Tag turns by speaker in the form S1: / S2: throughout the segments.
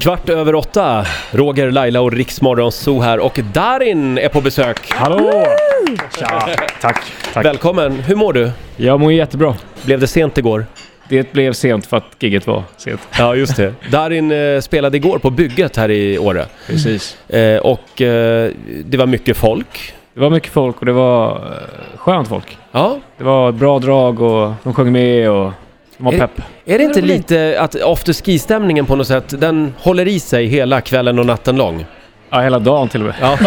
S1: Kvart över åtta, Roger, Laila och Riksmorgon Zoo här och Darin är på besök.
S2: Hallå! Tja, tack, tack.
S1: Välkommen, hur mår du?
S2: Jag mår jättebra.
S1: Blev det sent igår?
S2: Det blev sent för att giget var sent.
S1: Ja, just det. Darin eh, spelade igår på bygget här i Åre.
S2: Precis.
S1: Eh, och eh, det var mycket folk.
S2: Det var mycket folk och det var eh, skönt folk.
S1: Ja.
S2: Det var ett bra drag och de sjöng med och de var
S1: Är det-
S2: pepp.
S1: Är det inte
S3: Roligt.
S1: lite att afterski-stämningen på något sätt, den håller i sig hela kvällen och natten lång?
S2: Ja, hela dagen till och med.
S1: Ja,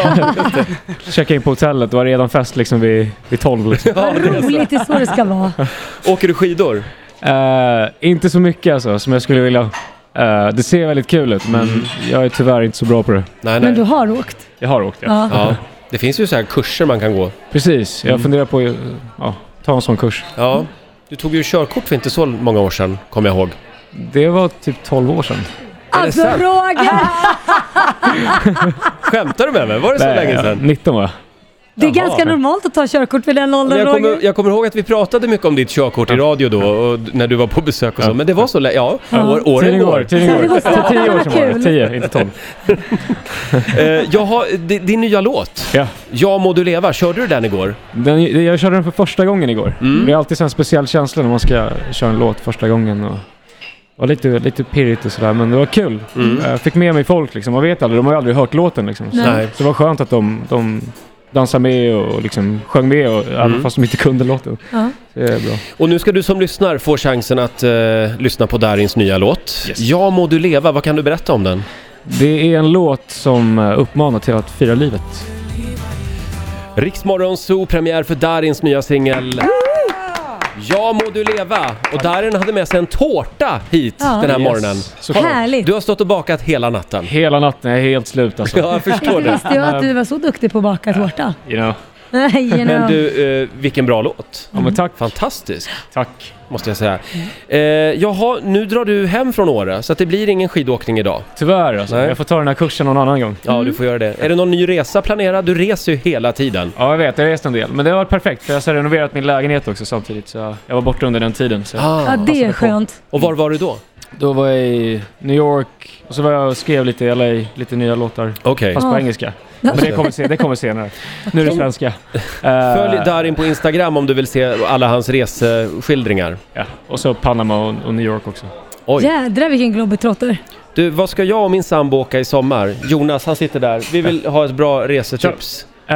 S2: Checkade in på hotellet, det var redan fest liksom vid, vid tolv. Liksom.
S3: Vad roligt, det är så det ska vara.
S1: Åker du skidor?
S2: Eh, inte så mycket alltså, som jag skulle vilja. Eh, det ser väldigt kul ut, men jag är tyvärr inte så bra på det.
S1: Nej,
S3: Men
S1: nej.
S3: du har åkt.
S2: Mm. Jag har åkt, ja.
S3: Ja.
S1: Ja. Det finns ju så här kurser man kan gå.
S2: Precis, jag funderar på att ja, ta en sån kurs.
S1: Ja. Du tog ju körkort för inte så många år sedan, kommer jag ihåg.
S2: Det var typ 12 år sedan.
S1: Är det
S3: Alltså
S1: sant?
S3: Roger!
S1: Skämtar du med mig? Var det så
S2: Nej,
S1: länge sedan?
S2: 19 var jag.
S3: Det är
S1: Jaha.
S3: ganska normalt att ta körkort vid den
S1: Men
S3: åldern
S1: jag,
S3: Roger.
S1: kommer, jag kommer ihåg att vi pratade mycket om ditt körkort i radio då, och d- när du var på besök och så.
S2: Ja.
S1: Men det var så lä- ja,
S3: Ja.
S1: år, åren
S2: Tiden
S1: går.
S2: går, tiden
S3: Tiden går
S2: går.
S3: snabbt.
S2: För tio år
S3: Vad
S2: sedan var det.
S3: kul.
S2: Tio, inte tolv.
S1: Eh, jag har, di- din nya låt,
S2: Ja.
S1: Ja må du leva, körde du den igår?
S2: Den, jag körde den för första gången igår. Det är alltid så en speciell känsla när man ska köra en låt första gången. Och det var lite, lite pirrigt och sådär, men det var kul.
S1: Mm.
S2: Jag fick med mig folk liksom. Man vet aldrig, de har ju aldrig hört låten liksom. Så,
S3: Mm. Nej.
S1: Nej.
S2: så det var skönt att de, de dansade med och liksom sjöng med, och, även fast de inte kunde låten.
S3: Ja.
S2: Så det är bra.
S1: Och nu ska du som lyssnar få chansen att eh, lyssna på Darins nya låt. Ja må du leva, vad kan du berätta om den?
S2: Det är en låt som eh, uppmanar till att fira livet.
S1: Riksmorgon Zoo, premiär för Darins nya singel. Ja må du leva! Och Darin hade med sig en tårta hit
S3: Ja.
S1: den här
S2: Yes,
S1: morgonen.
S2: såklart.
S3: Härligt.
S1: Du har stått och bakat hela natten.
S2: Hela natten, jag är helt slut alltså.
S1: Ja, jag förstår
S3: Inte
S1: det.
S3: visste jag att du var så duktig på att baka tårta.
S2: You know.
S3: Nej, you
S1: Men
S3: know.
S1: du, eh, vilken bra låt.
S2: Ja men tack,
S1: Fantastisk,
S2: tack.
S1: måste jag säga. Eh, jaha, nu drar du hem från Åre, så att det blir ingen skidåkning idag.
S2: Tyvärr alltså.
S1: Nej.
S2: Jag får ta den här kursen någon annan gång.
S1: Ja,
S3: Mm.
S1: du får göra det. Är det någon ny resa planerad? Du reser ju hela tiden.
S2: Ja, jag vet. Jag har rest en del. Men det har varit perfekt för jag har renoverat min lägenhet också samtidigt. Så jag- jag var borta under den tiden. Så
S3: Ja,
S1: Ah.
S3: det är skönt.
S1: Och var var du då?
S2: Då var jag i New York och så var jag och skrev lite i LA, lite nya låtar.
S1: Okej.
S2: Fast på
S3: Ja.
S2: engelska. Men det kommer, se, det kommer senare. Nu är det svenska. Eh,
S1: Följ Darin på Instagram om du vill se alla hans reseskildringar.
S2: ja. Och så Panama och, och New York också.
S1: Oj.
S3: Jädrar vilken globetrotter.
S1: Du, vad ska jag och min sambo åka i sommar? Jonas, han sitter där. Vi vill ha ett bra resetips.
S2: Eh,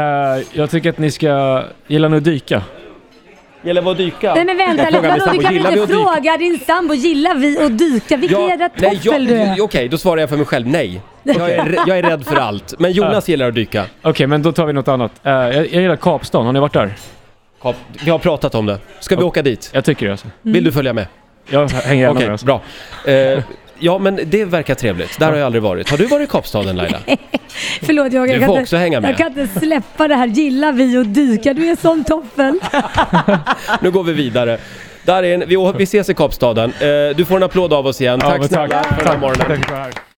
S2: jag tycker att ni ska... Gillar ni att dyka?
S1: Gäller vad dyka?
S3: Nej men vänta
S1: frågar
S3: lite,
S1: min
S3: vadå?
S1: sambo,
S3: Du kan
S1: gillar
S3: väl
S1: vi att dyka?
S3: inte fråga din sambo, gillar vi att dyka? Vilken jädra
S1: nej, jag,
S3: toffel du är.
S1: Okej, då svarar jag för mig själv. Nej. Jag är, rä- jag är rädd för allt. Men Jonas gillar att dyka.
S2: Okej, men då tar vi något annat. Eh, jag, jag gillar Kapstan. Har ni varit där?
S1: Kap- Vi har pratat om det. Ska vi åka dit?
S2: Jag tycker det alltså.
S3: Mm.
S1: Vill du följa med?
S2: Jag hänger gärna
S1: Okej,
S2: med. Alltså.
S1: bra. Eh, ja, men det verkar trevligt. Där har jag aldrig varit. Har du varit i Kapstaden Laila?
S3: Förlåt jag,
S1: Du
S3: jag,
S1: får
S3: kan
S1: också
S3: inte,
S1: hänga med.
S3: jag kan inte släppa det här, gillar vi att dyka? Du är en sån toffel.
S1: Nu går vi vidare. Darin, vi, å- vi ses i Kapstaden. Eh, du får en applåd av oss igen.
S2: Ja,
S1: tack
S2: men
S1: snälla för den här morgonen.
S2: Tack för det här.